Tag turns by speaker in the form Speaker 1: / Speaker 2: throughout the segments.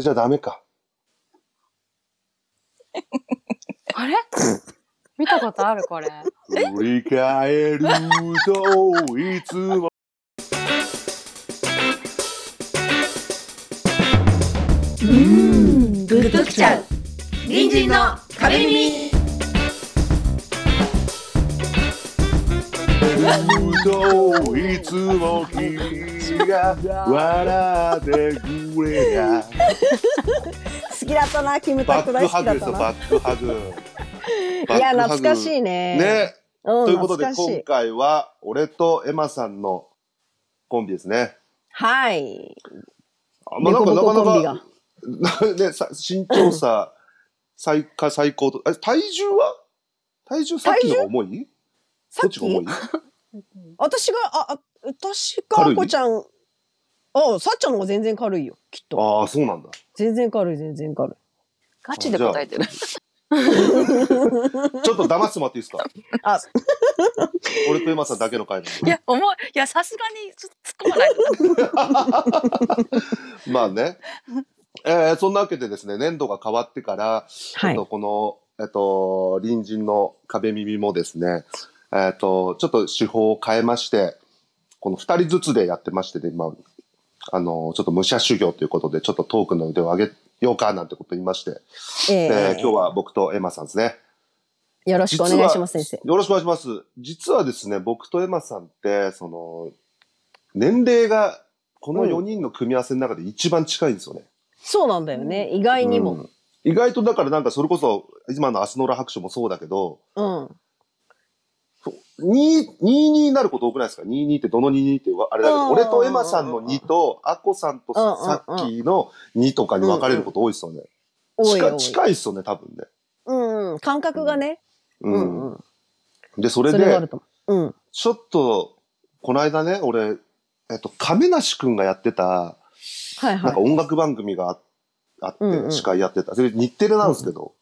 Speaker 1: じゃダメか。
Speaker 2: あ れ見たことあるこれ。
Speaker 1: 振り返ると、いつも。
Speaker 3: うん、グッときちゃう。
Speaker 4: 隣人の壁耳
Speaker 1: といつも君が笑ってくれや。
Speaker 3: 好きだったな、キムタ
Speaker 1: バ
Speaker 3: ク
Speaker 1: ック
Speaker 3: 大好
Speaker 1: ハ
Speaker 3: き
Speaker 1: グ
Speaker 3: だ
Speaker 1: で
Speaker 3: っ
Speaker 1: す
Speaker 3: た
Speaker 1: よ、
Speaker 3: な。
Speaker 1: バックハグ。
Speaker 3: いや、懐かし
Speaker 1: ね。
Speaker 3: いね。
Speaker 1: ね。
Speaker 3: うん、
Speaker 1: ということで、今
Speaker 3: 懐かしい。
Speaker 1: 回は、俺とエマさんのコンビですね。
Speaker 3: はい。
Speaker 1: あまあ
Speaker 3: デ
Speaker 1: なん
Speaker 3: コ
Speaker 1: か
Speaker 3: ボ
Speaker 1: な
Speaker 3: ココンビ
Speaker 1: か
Speaker 3: が。
Speaker 1: なか、 ね、さ身長差、最下、最高と、あ体重は体重さっきの方が重い
Speaker 3: さ
Speaker 1: ど
Speaker 3: っ
Speaker 1: っちが重
Speaker 3: き
Speaker 1: い
Speaker 3: 私が、あ、あ私か、
Speaker 1: 軽
Speaker 3: あ
Speaker 1: い
Speaker 3: こちゃん。あ、さっちゃんの方が全然軽いよ、きっと。
Speaker 1: ああ、そうなんだ。
Speaker 3: 全然軽い、全然軽い。
Speaker 2: ガチで答えてる。
Speaker 1: ちょっと騙してもらっていいですか
Speaker 3: あ、
Speaker 1: 俺とエマさんだけの会なん
Speaker 2: い
Speaker 1: で。
Speaker 2: や、重い。いや、さすがにちょっと突っ込まないと。
Speaker 1: まあね。えー、そんなわけでですね、年度が変わってから、え
Speaker 3: は
Speaker 1: っ
Speaker 3: い。
Speaker 1: と、この、えっと、隣人の壁耳もですね、えっと、ちょっと手法を変えまして、この二人ずつでやってましてね、今、あの、ちょっと武者修行ということで、ちょっとトークの腕を上げようかなんてこと言いまして、えー
Speaker 3: えー
Speaker 1: 今日は僕とエマさんですね。
Speaker 3: よろしくお願いします、先生。
Speaker 1: よろしくお願いします。実はですね、僕とエマさんって、その、年齢が、この
Speaker 3: うん
Speaker 1: 4人の組み合わせの中で一番近いんですよね。
Speaker 3: そうなんだよね。意外に
Speaker 1: う
Speaker 3: も。
Speaker 1: ん意外とだからなんかそれこそ、今のアスノラ白書もそうだけど、
Speaker 3: うん。
Speaker 1: 2、2になること多くないですか ?22 ってどの22ってわあれだけど、
Speaker 3: うんうんうん
Speaker 1: 俺
Speaker 3: うん
Speaker 1: とエマさんの2と、アッコさんとさっきの2とかに分かれること多いですよね。
Speaker 3: 多い
Speaker 1: 近
Speaker 3: 多い。
Speaker 1: 近いですよね、多分ね。
Speaker 3: うんうん。感覚がね。
Speaker 1: う
Speaker 3: う
Speaker 1: ん
Speaker 3: んうん。
Speaker 1: で、それ
Speaker 3: それがある
Speaker 1: で、
Speaker 3: と思う。
Speaker 1: ちょっと、この間ね、俺、えっと、亀梨くんがやってた、
Speaker 3: うん。はい
Speaker 1: なんか
Speaker 3: はい。
Speaker 1: 音楽番組がああって、
Speaker 3: うんうん
Speaker 1: 司会やってた。それ日テレなんですけど、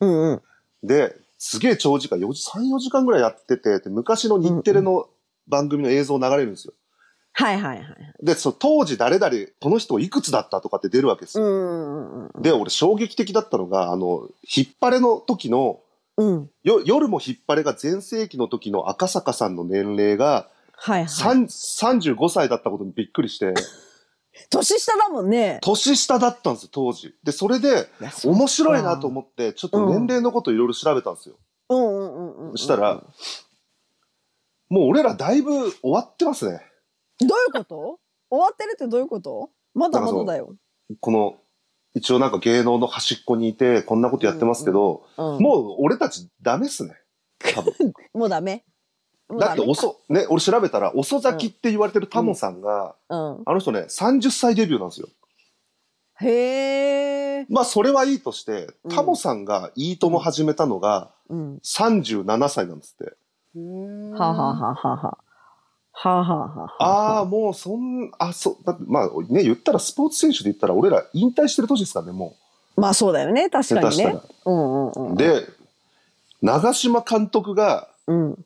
Speaker 3: うんうん。
Speaker 1: で、すげえ長時間、4時、3、4時間ぐらいやってて、で昔の日テレの番組の映像流れるんですよ。
Speaker 3: はいはいはい。
Speaker 1: で、その当時誰々、この人いくつだったとかって出るわけです
Speaker 3: う
Speaker 1: よ。
Speaker 3: んうん
Speaker 1: で、俺衝撃的だったのが、あの、引っ張れの時の、
Speaker 3: うん。うん。
Speaker 1: よ夜も引っ張れが全盛期の時の赤坂さんの年齢が、
Speaker 3: はいはい。
Speaker 1: 三35歳だったことにびっくり して、
Speaker 3: 年下だもんね。
Speaker 1: 年下だったんですよ、当時。で、それで、
Speaker 3: いやそう
Speaker 1: 面白いなと思って、ちょっと年齢のこといろいろ調べたんですよ。
Speaker 3: うんうんうんうんうん。
Speaker 1: そしたら、もう俺らだいぶ終わってますね。
Speaker 3: どういうこと終わってるってどういうことまだまだだよ。
Speaker 1: この、一応なんか芸能の端っこにいて、こんなことやってますけど、
Speaker 3: うん
Speaker 1: もう俺たちダメっすね。多分。
Speaker 3: もうダメ。もう
Speaker 1: だっ
Speaker 3: ダ
Speaker 1: て
Speaker 3: メ
Speaker 1: 遅、ね、俺調べたら、遅咲きって言われてるタモさんが、
Speaker 3: うん。
Speaker 1: あの人ね、30歳デビューなんですよ。
Speaker 3: へえ。
Speaker 1: まあそれはいいとして
Speaker 3: う、ん
Speaker 1: タモさんがいいとも始めたのが
Speaker 3: うん。
Speaker 1: 37歳なんですって。
Speaker 3: はあはあはあはあはあ。はあはあはあは
Speaker 1: ああ、もうそん、あ、そう、だってまあね、言ったらスポーツ選手で言ったら俺ら引退してる年ですからね、も
Speaker 3: あ。まあそうだよね。確
Speaker 1: う。下
Speaker 3: か
Speaker 1: 手
Speaker 3: に
Speaker 1: した
Speaker 3: ね
Speaker 1: ら。。
Speaker 3: うんうんうん。
Speaker 1: で、長嶋監督が
Speaker 3: うん。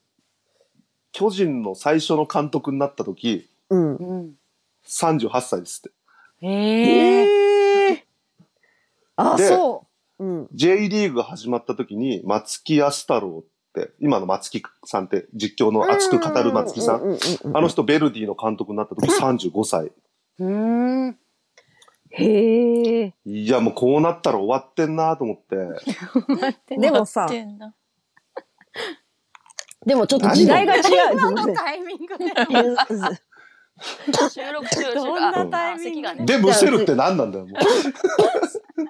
Speaker 1: 巨人の最初の監督になった時、
Speaker 3: うん。
Speaker 2: うん。
Speaker 1: 38歳ですって。
Speaker 2: へえ。
Speaker 3: へえ。あ、
Speaker 1: で
Speaker 3: そう。うん。
Speaker 1: J リーグが始まった時に松木安太郎って今の松木さんって実況の熱く語る松木さ
Speaker 3: うんううううん
Speaker 1: あの人ベルディの監督になった時35歳
Speaker 2: うん。
Speaker 3: へえ。
Speaker 1: いやもうこうなったら終わってんなと思って
Speaker 3: でもさ
Speaker 2: 待ってんな
Speaker 3: でもちょっと時代が違う。
Speaker 4: 今のタイミングで
Speaker 2: 収録中、収録。
Speaker 3: どんな
Speaker 2: あ
Speaker 3: タイミング
Speaker 2: あ席がね。
Speaker 1: でむせるって何なんだよも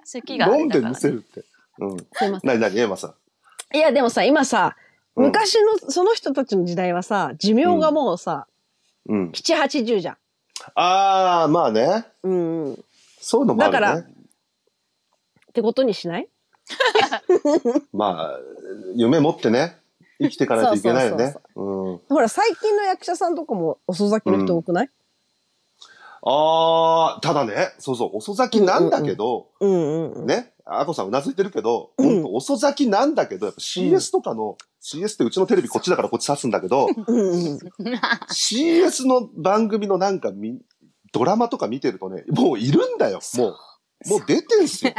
Speaker 2: 席があ
Speaker 1: う
Speaker 2: れ
Speaker 1: 飲ん
Speaker 2: だ
Speaker 1: で
Speaker 2: から
Speaker 1: むせるってうん
Speaker 3: すいませ
Speaker 1: 何何エマさん
Speaker 3: ん。いや、でもさ、今さ、
Speaker 1: うん
Speaker 3: 昔のその人たちの時代はさ、寿命がもうさ、
Speaker 1: うん
Speaker 3: 7、80じゃん。
Speaker 1: ああまあね
Speaker 3: うんうん。っ
Speaker 1: そういうのもあるね
Speaker 3: だからてことにしない
Speaker 1: まあ夢持ってね生きていかないといけないよね
Speaker 3: そう
Speaker 1: うん
Speaker 3: ほら、最近の役者さんとかも遅咲きの人多くない
Speaker 1: ああただねそうそう遅咲きなんだけど、
Speaker 3: うんうんうん。
Speaker 1: ね、あこさんうなずいてるけど、
Speaker 3: うん
Speaker 1: 本当遅咲きなんだけど、やっぱ CS とかの、CS ってうちのテレビこっちだからこっち刺すんだけど、
Speaker 3: うんうん。
Speaker 1: CS の番組のなんかみ、ドラマとか見てるとね、もういるんだよ、もう。もう出てん すよ。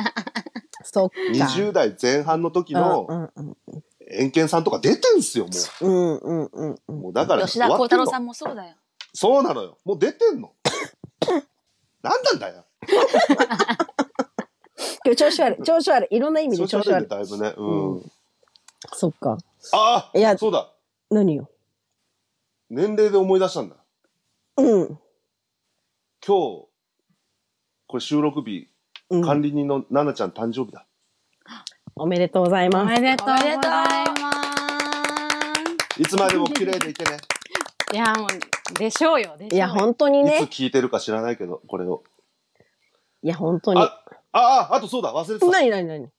Speaker 3: そっか。
Speaker 1: 20代前半の時
Speaker 3: う
Speaker 1: の
Speaker 3: んうん
Speaker 1: 円健さんとか出てんすよ、も
Speaker 3: うんうんうんう
Speaker 1: う。
Speaker 3: ん。
Speaker 1: もうだから、
Speaker 2: 吉田鋼太郎さ
Speaker 1: ん
Speaker 2: んもそうだよ。
Speaker 1: そうなのよ。もう出てん の。なんなんだよ。
Speaker 3: 今日調子悪い、調子悪い。いろんな意味で調子悪い。
Speaker 1: だいぶね。うん。
Speaker 3: うんそっか。
Speaker 1: ああ
Speaker 3: いや
Speaker 1: そうだ。
Speaker 3: 何よ。
Speaker 1: 年齢で思い出したんだ。
Speaker 3: うん。
Speaker 1: 今日、これ収録日、
Speaker 3: うん
Speaker 1: 管理人の奈々ちゃん誕生日だ。
Speaker 3: おめでとうござい
Speaker 2: お
Speaker 3: ます。
Speaker 2: めでとうございます。
Speaker 1: いつまでも綺麗でいてね。
Speaker 2: いや、もう、でしょうよ。でしょ
Speaker 3: い
Speaker 2: うよ
Speaker 3: や、本当に
Speaker 1: い
Speaker 3: ね。
Speaker 1: つ聞いてるか知らないけど、これを。
Speaker 3: いや、本当に。
Speaker 1: あ、ああ、あとそうだ、忘れてた。
Speaker 3: 何何何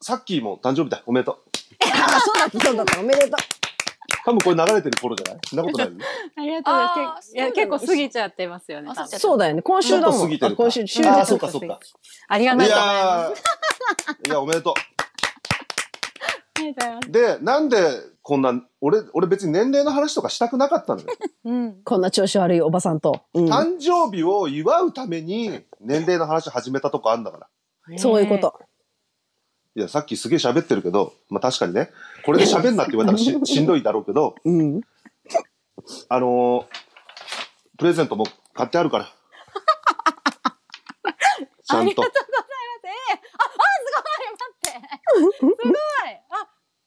Speaker 1: さっきも誕生日だ。おめでとう。
Speaker 3: あ、そうだった、そうだった。おめでとう。
Speaker 1: 多分これ流れてる頃じゃないそんな ことないよね。
Speaker 2: ありがとうござい
Speaker 4: あー
Speaker 2: ます。けいや、
Speaker 4: そうな
Speaker 2: 結
Speaker 4: の
Speaker 2: 構過ぎちゃってますよね。
Speaker 4: あ
Speaker 2: 多分
Speaker 4: そう
Speaker 3: そうだよね。今
Speaker 1: ちょ
Speaker 3: 週
Speaker 1: っ
Speaker 3: だ
Speaker 1: と
Speaker 3: も
Speaker 1: 過
Speaker 3: ん。
Speaker 1: ぎて
Speaker 3: あ
Speaker 1: るか。
Speaker 3: 今週、週
Speaker 1: ああ、そ
Speaker 3: 末。
Speaker 1: うかそうか。
Speaker 2: ありが
Speaker 1: い
Speaker 2: とうござい
Speaker 1: や
Speaker 2: ま
Speaker 1: ーいや、おめでと
Speaker 2: す。ありがとうございます
Speaker 1: う。で、なんでこんな、俺、俺別に年齢の話とかしたくなかったのよ。
Speaker 2: うん。
Speaker 3: こんな調子悪いおばさんと。うん
Speaker 1: 誕生日を祝うために年齢の話始めたとこあんだから。
Speaker 3: そういうこと。
Speaker 1: いや、さっきすげえ喋ってるけど、まあ確かにね、これで喋んなって言われたら ししんどいだろうけど、
Speaker 3: うん。
Speaker 1: あのープレゼントも買ってある から。ちゃ
Speaker 2: あ
Speaker 1: ん
Speaker 2: りが
Speaker 1: と
Speaker 2: とうございます。えー、あ、あ、すごい待って。すごいあ、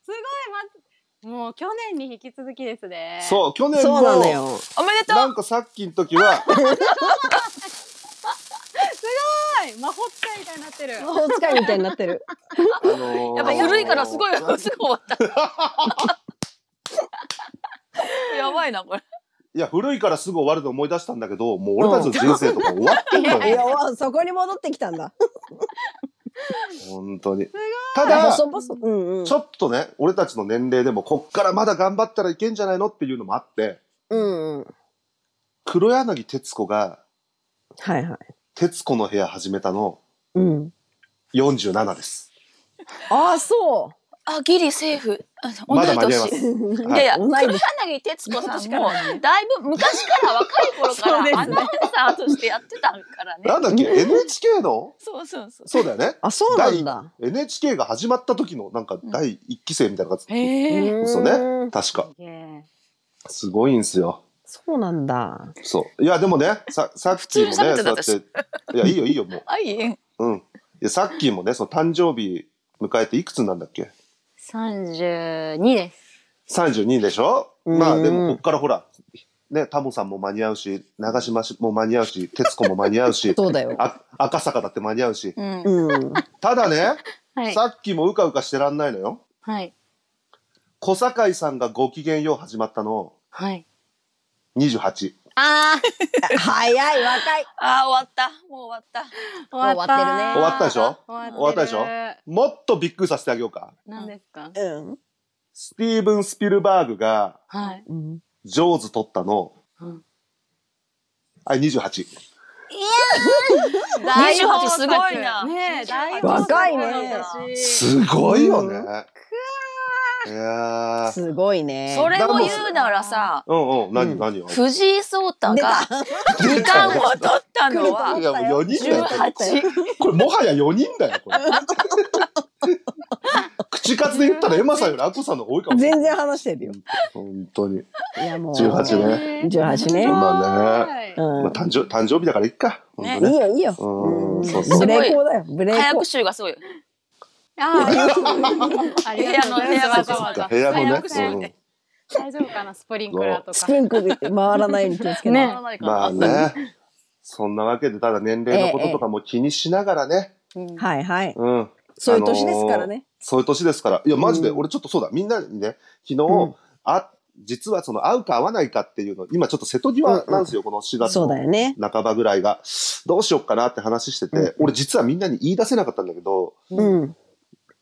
Speaker 2: すごい待って。もう去年に引き続きですね。う。
Speaker 1: そう、去年
Speaker 3: そうなの
Speaker 1: も、
Speaker 3: よ。
Speaker 2: おめでとう
Speaker 1: なんかさっきの時 は、
Speaker 2: はい魔法使いみたいになってる。
Speaker 3: 魔法使いみたいになって る。
Speaker 1: あのー
Speaker 5: やっぱ緩いからすごいすぐ終わった。 やばいなこれ。
Speaker 1: いや、古いからすぐ終わるの思い出したんだけど、もう俺たちの人生とか終わってんの
Speaker 3: いや
Speaker 1: よ。、
Speaker 3: そこに戻ってきたんだ。
Speaker 1: 本当に。ただ、
Speaker 3: 細々。うんうん
Speaker 1: ち。ょっとね、俺たちの年齢でも、こっからまだ頑張ったらいけんじゃないのっていうのもあって、
Speaker 3: うんうん。
Speaker 1: 黒柳徹子が、
Speaker 3: はいはい。
Speaker 1: 徹子の部屋始めたの
Speaker 3: うん。
Speaker 1: 47です。
Speaker 3: ああ、そ
Speaker 5: あギリセーフ。あ同
Speaker 1: ま
Speaker 5: い
Speaker 1: だ間に合いま
Speaker 5: 年。
Speaker 1: す。
Speaker 3: う。
Speaker 5: いやいや、
Speaker 3: 同
Speaker 5: 黒
Speaker 3: い年
Speaker 5: 柳徹子さんもだいぶ昔から若い頃から
Speaker 3: そうですね
Speaker 5: アナウンサーとしてやってたからね。
Speaker 1: なんだっけ ?NHK の
Speaker 5: そうそうそう。
Speaker 1: そうだよね。
Speaker 3: あ、そうなんだ。
Speaker 1: NHK が始まった時のなんか第一期生みたいな感じ。
Speaker 2: へえ。
Speaker 3: う
Speaker 1: そう
Speaker 3: ー
Speaker 1: ね
Speaker 3: ん。
Speaker 1: 確か。
Speaker 2: すげえ
Speaker 1: すごいんすよ。
Speaker 3: そうなんだ。
Speaker 1: そう。いや、でもね、さ、さっきもね、
Speaker 5: 普通
Speaker 1: そう
Speaker 5: に
Speaker 1: や
Speaker 5: 喋
Speaker 1: っ
Speaker 5: ってた
Speaker 1: て、いや、いいよいいよ、もう。
Speaker 5: あいい。
Speaker 1: うん。いや、さっきもね、その誕生日迎えていくつなんだっけ
Speaker 2: 三十二です。
Speaker 1: ?32 でしょ
Speaker 3: うん
Speaker 1: まあでもこっからほら、ね、タモさんも間に合うし、長島も間に合うし、徹子も間に合うし、
Speaker 3: そうだよ。
Speaker 1: あ赤坂だって間に合うし。
Speaker 5: うん。
Speaker 3: うん。
Speaker 1: ただね、
Speaker 2: はい。
Speaker 1: さっきもうかうかしてらんないのよ。
Speaker 2: はい。
Speaker 1: 小堺さんがご機嫌よう始まったの、
Speaker 2: はい。
Speaker 1: 28。
Speaker 2: ああ、
Speaker 3: 早い、若い。
Speaker 5: あ終わった。もう終わっ
Speaker 2: 終わった
Speaker 3: 終わってるね
Speaker 1: 終わったでしょ
Speaker 2: 終
Speaker 1: 終わったでしょ
Speaker 2: ょ
Speaker 1: もっとびっくりさせてあげようか。
Speaker 2: 何ですか
Speaker 3: うん
Speaker 1: スティーブン・スピルバーグが、
Speaker 2: はい。
Speaker 3: うん。
Speaker 1: ジョーズ撮ったの、
Speaker 2: うん
Speaker 1: あ、28。
Speaker 5: た。二十八すごいな。
Speaker 2: ねえ、大
Speaker 3: 若いね
Speaker 2: 私
Speaker 1: すごいよね。いやー。
Speaker 3: すごいね。
Speaker 5: それを言うならさ、
Speaker 1: うんうん、
Speaker 3: う
Speaker 1: 何
Speaker 3: ん
Speaker 1: 何を。
Speaker 5: 藤井聡太が二冠を取ったのは。
Speaker 1: いや、もう4人だよ。
Speaker 5: 18
Speaker 1: これもはや4人だよ、これ。口数で言ったらエマさんよりアッコさんの方が多いかもしれない。
Speaker 3: 全然話してるよ。
Speaker 1: 本当に。
Speaker 3: いや、もう。
Speaker 1: 18ね。
Speaker 3: 18ね。
Speaker 1: まあ
Speaker 2: ね
Speaker 3: う
Speaker 1: まあ、
Speaker 3: ん。
Speaker 1: 誕生誕生日だからいっか。本当
Speaker 5: ね
Speaker 1: ね
Speaker 3: いいよ、いいよ。
Speaker 1: うん
Speaker 3: うん
Speaker 1: そうそう
Speaker 3: ブレイコーだよ、ブレイ
Speaker 5: 早
Speaker 3: コ
Speaker 5: 口集がすごい。
Speaker 2: あーありがとうございます。
Speaker 5: 部屋の部屋が
Speaker 2: わざわざ
Speaker 1: 部屋のね
Speaker 2: 早くしないで大丈夫かなスプリンクラーと
Speaker 3: ー。ス
Speaker 2: か
Speaker 3: プ。ーンクで回らないように気をつけない
Speaker 2: ね。
Speaker 1: うんまあね。そんなわけで、ただ年齢のこととかも気にしながらね。
Speaker 2: うん
Speaker 3: はいはい。
Speaker 1: うん。
Speaker 3: そういう年ですから
Speaker 1: あのー
Speaker 3: ね。
Speaker 1: そういう年ですから。いや、マジで、
Speaker 3: うん
Speaker 1: 俺ちょっとそうだ。みんなにね、昨日、
Speaker 3: うん
Speaker 1: あ、実はその、合うか合わないかっていうの、今ちょっと瀬戸際なんですよ、この4月
Speaker 3: そうだよね。
Speaker 1: の半ばぐらいが。どうしよっかなって話してて、
Speaker 3: うん
Speaker 1: 俺実はみんなに言い出せなかったんだけど、
Speaker 3: うん。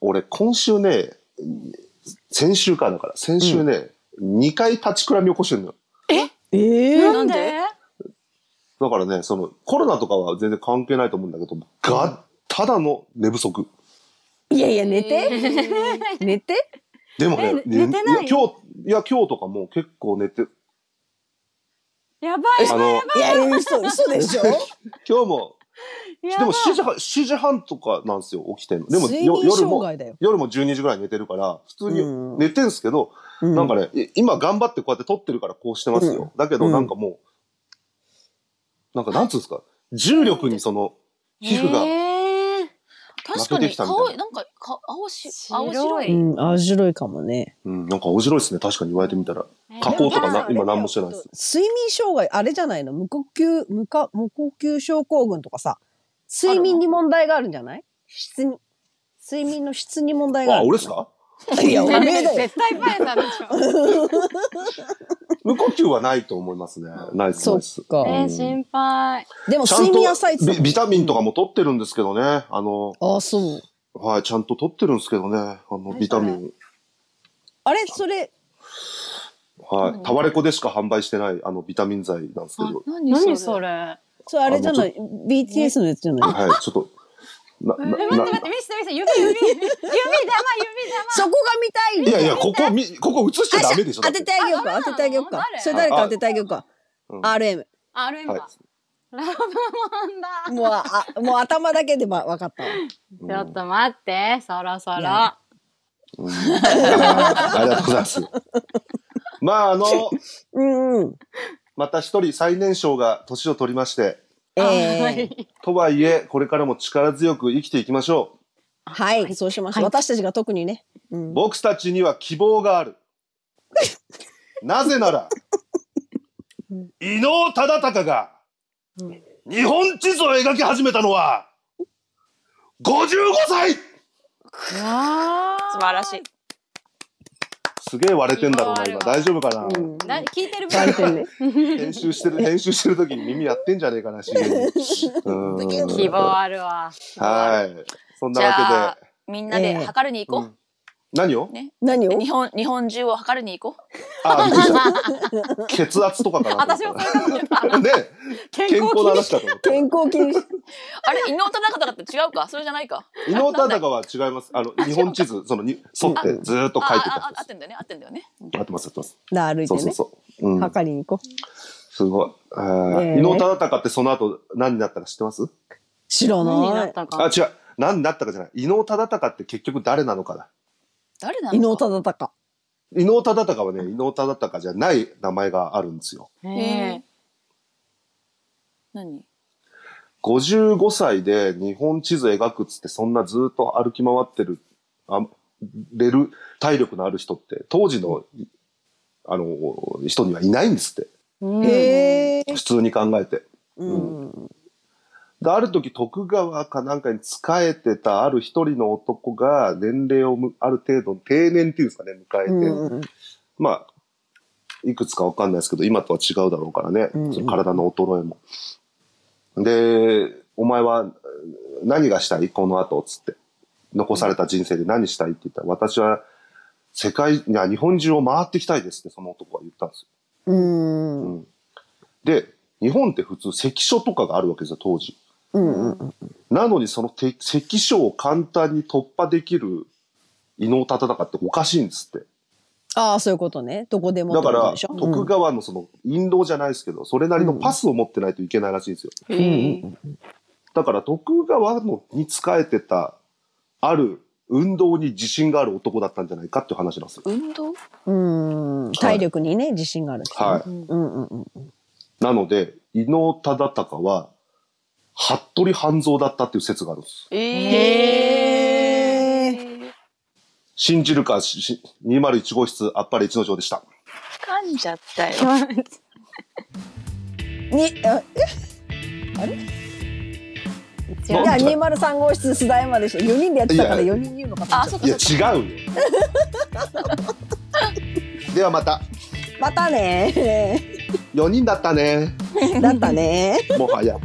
Speaker 1: 俺今週ね、先週かだから、先週ね、2回立ちくらみ起こしてるのよ。
Speaker 3: ええ。
Speaker 5: なんで？
Speaker 1: だからね、そのコロナとかは全然関係ないと思うんだけど、が、ただの寝不足。
Speaker 3: いやいや、寝て。寝て。
Speaker 1: でもね、
Speaker 2: え寝てない
Speaker 1: や今日、いや今日とかもう結構寝 て、
Speaker 2: やばい。
Speaker 1: あの、
Speaker 3: いや、嘘、嘘でしょ
Speaker 1: 今日も
Speaker 2: や
Speaker 1: で
Speaker 2: ば
Speaker 1: も
Speaker 2: い
Speaker 1: 7時半、7時半とかなんですよ、起きてんの。でも
Speaker 3: 睡
Speaker 1: よ
Speaker 3: 眠
Speaker 1: 夜
Speaker 3: 障
Speaker 1: も、
Speaker 3: 害だよ。
Speaker 1: 夜も12時ぐらいに寝てるから、普通
Speaker 3: うん
Speaker 1: に寝てんすけど、
Speaker 3: う
Speaker 1: なんかね、い今頑張ってこうやって撮ってるからこうしてますよ。だけど
Speaker 3: うん
Speaker 1: なんかもう、なんかなんつうんですか、重力にその、皮膚が、
Speaker 2: えー
Speaker 5: 確か
Speaker 1: 負けて
Speaker 5: に
Speaker 1: きたみ
Speaker 5: 顔
Speaker 1: たい
Speaker 5: なんかか青し
Speaker 2: 白い
Speaker 5: 青白
Speaker 3: う
Speaker 5: い。
Speaker 3: ん、青白いかもね。
Speaker 1: うん、なんか面白いですね、確かに言われてみたら。
Speaker 2: えー
Speaker 1: 加工とか
Speaker 2: でも
Speaker 1: な今何もしてないです。
Speaker 3: 睡眠障害、あれじゃないの無呼吸、無か、無呼吸症候群とかさ、睡眠に問題があるんじゃない質に。睡眠の質に問題があ
Speaker 1: あ、
Speaker 3: る。
Speaker 1: 俺っすか
Speaker 3: いや、おめ えだよ。
Speaker 2: 絶対パンさんでしょ。
Speaker 1: 無呼吸はないと思いますね。ないです、
Speaker 3: そ
Speaker 1: ない
Speaker 3: っ
Speaker 1: です。
Speaker 3: か。
Speaker 2: えー、心配。
Speaker 3: でも
Speaker 1: ちゃん
Speaker 3: 睡眠浅いって
Speaker 1: と
Speaker 3: 言っ
Speaker 1: ビ
Speaker 3: て
Speaker 1: ビタミンとかも取ってるんですけどね。あの、
Speaker 3: た。あ、そう。
Speaker 1: はい、ちゃんと取ってるんですけどね。あの、ビタミン。
Speaker 3: あれ、それ、
Speaker 1: はい。タワレコでしか販売してない、あの、ビタミン剤なんですけど。
Speaker 2: 何それ。
Speaker 3: それあれじゃない ?BTS のやつじゃない
Speaker 1: はい、ちょっと。な、
Speaker 2: え
Speaker 1: な、
Speaker 2: 待って待っ
Speaker 1: な
Speaker 2: て、見せて見せて、指指指 玉指
Speaker 3: そこが見
Speaker 1: い
Speaker 3: たい
Speaker 1: やいや、ここ、み、ここ映しちゃダメでしょ。
Speaker 3: 当て
Speaker 1: だって
Speaker 3: あげよう
Speaker 2: あ
Speaker 3: か、
Speaker 2: そうなの
Speaker 3: 当ててあげようか。
Speaker 2: 誰
Speaker 3: それ誰か当ててあげようか。
Speaker 1: うん
Speaker 3: RM。
Speaker 2: 玉。あるんだ。
Speaker 1: はい
Speaker 2: ラブモンだ。
Speaker 3: もう、あ、もう頭だけでま、わかったわ。
Speaker 2: ちょっと待って、そろそろ。
Speaker 3: いや
Speaker 1: うんあーありがとうございます。まあ、あの、
Speaker 3: うんうん。
Speaker 1: また一人最年少が年を取りまして、
Speaker 3: え
Speaker 2: は
Speaker 3: ー、
Speaker 2: い
Speaker 1: とはいえ、これからも力強く生きていきましょ
Speaker 3: はい、そうしましょう。
Speaker 2: はい
Speaker 3: 私たちが特にね。う
Speaker 1: う。
Speaker 3: ん
Speaker 1: 僕たちには希望がある。なぜなら、伊能忠敬が日本地図を描き始めたのは、55歳
Speaker 2: わー
Speaker 5: 素晴らしい。
Speaker 1: すげえ割れてんだろうな、今。大丈夫かな、
Speaker 3: うん
Speaker 2: な聞いてる分
Speaker 3: バレてるね。
Speaker 1: 編集してる、編集してる時に耳やってんじゃねえかな、しげに。うん
Speaker 2: 希望あるわ。
Speaker 1: はい。そんな
Speaker 5: じゃ
Speaker 1: わ
Speaker 5: あみんなで測るに
Speaker 1: けで。う
Speaker 5: 行こ
Speaker 1: ん何を
Speaker 3: 何
Speaker 5: う。
Speaker 3: を
Speaker 5: 日本日本中を測るに行こう。
Speaker 1: あ、びっくりした。血圧とかかなと
Speaker 2: 私
Speaker 1: 思っ
Speaker 2: も
Speaker 1: た。
Speaker 2: そういうことだ。
Speaker 1: ね、健
Speaker 2: 健
Speaker 1: 康
Speaker 2: 康
Speaker 1: の
Speaker 2: 気に
Speaker 1: 話かと思った。
Speaker 3: 健康気にし
Speaker 5: あれ伊能忠敬だって違うか。それじゃないか。
Speaker 1: 伊能忠敬は違います。あの、日本地図、その、に沿ってずーっと
Speaker 5: あ
Speaker 1: 書いて
Speaker 5: あ
Speaker 1: た
Speaker 5: あ合ってんだよね合ってんだよね。
Speaker 1: 合ってます、合ってます。
Speaker 3: な歩いて
Speaker 1: そうそう
Speaker 3: ね。
Speaker 1: そう。うん。
Speaker 3: 測りに行こう。
Speaker 1: すごい。あ
Speaker 3: ね
Speaker 1: ー
Speaker 3: え
Speaker 1: 伊能忠敬ってその後何になったか知ってます
Speaker 3: 知ら
Speaker 2: 何にな
Speaker 3: な
Speaker 2: っ
Speaker 3: い。
Speaker 2: た
Speaker 1: あ、
Speaker 2: か。
Speaker 1: 違う。何になったかじゃない。伊能忠敬って結局誰なのかだ。
Speaker 5: 誰な
Speaker 3: 伊能
Speaker 5: のか。
Speaker 3: 忠敬。
Speaker 1: 伊能忠敬はね、伊能忠敬じゃない名前があるんですよ。
Speaker 2: へ
Speaker 5: へー
Speaker 2: え。
Speaker 5: 何？
Speaker 1: 55歳で日本地図描くっつってそんなずっと歩き回ってるあれる体力のある人って当時のあの人にはいないんですって
Speaker 2: うん
Speaker 3: へえ。
Speaker 1: 普通に考えて。
Speaker 3: うん。
Speaker 1: である時徳川かなんかに仕えてたある一人の男が年齢をむある程度定年っていうんですかね迎えて、
Speaker 3: うん。
Speaker 1: まあいくつかわかんないですけど今とは違うだろうからね、
Speaker 3: うんうん
Speaker 1: その体の衰えも。でお前はえー何がしたいこの後っつって残された人生で何したいって言ったら私は世界いや日本中を回ってきたいですってその男は言ったんです
Speaker 3: うん
Speaker 1: よ。
Speaker 3: う
Speaker 1: う
Speaker 3: ん。
Speaker 1: んで日本って普通関所とかがあるわけですよ当時。
Speaker 3: うんうん。
Speaker 1: なのにそのて関所を簡単に突破できる伊能忠敬っておかしいんですって。
Speaker 3: ああ、そういうことね。どこでも
Speaker 1: だ
Speaker 3: って
Speaker 1: か
Speaker 3: こと
Speaker 1: ら
Speaker 3: でしょ。
Speaker 1: 徳川のその印籠じゃないですけど、それなりのパスを持ってないといけないらしいんですよ。
Speaker 5: へー
Speaker 1: だから徳川のに仕えてたある運動に自信がある男だったんじゃないかっていう話なんですよ。
Speaker 5: 運動？
Speaker 3: うん。うん。体力にね、自信があるってね。
Speaker 1: は
Speaker 3: うんうんうん。
Speaker 1: い。なので、伊能忠敬は、服部半蔵だったっていう説があるんです。
Speaker 5: え
Speaker 3: へ
Speaker 5: ー。
Speaker 1: 信じるか、しし201号室、あっぱれ一の城でした。
Speaker 5: 噛んじゃったよ。
Speaker 3: に、あい
Speaker 1: なん
Speaker 3: や、
Speaker 1: だ
Speaker 3: 二丸三号室須田山でしょ。四人でやってたから
Speaker 1: いや
Speaker 3: 四人言うのかと思
Speaker 5: あ
Speaker 3: っちゃ
Speaker 5: そっ
Speaker 3: っ
Speaker 5: か
Speaker 1: い
Speaker 5: そ
Speaker 1: や、
Speaker 5: っ
Speaker 1: 違
Speaker 5: か。
Speaker 1: うよ。ではまた、
Speaker 3: た。またね。
Speaker 1: 4人だったね。
Speaker 3: だったね。
Speaker 1: もはや。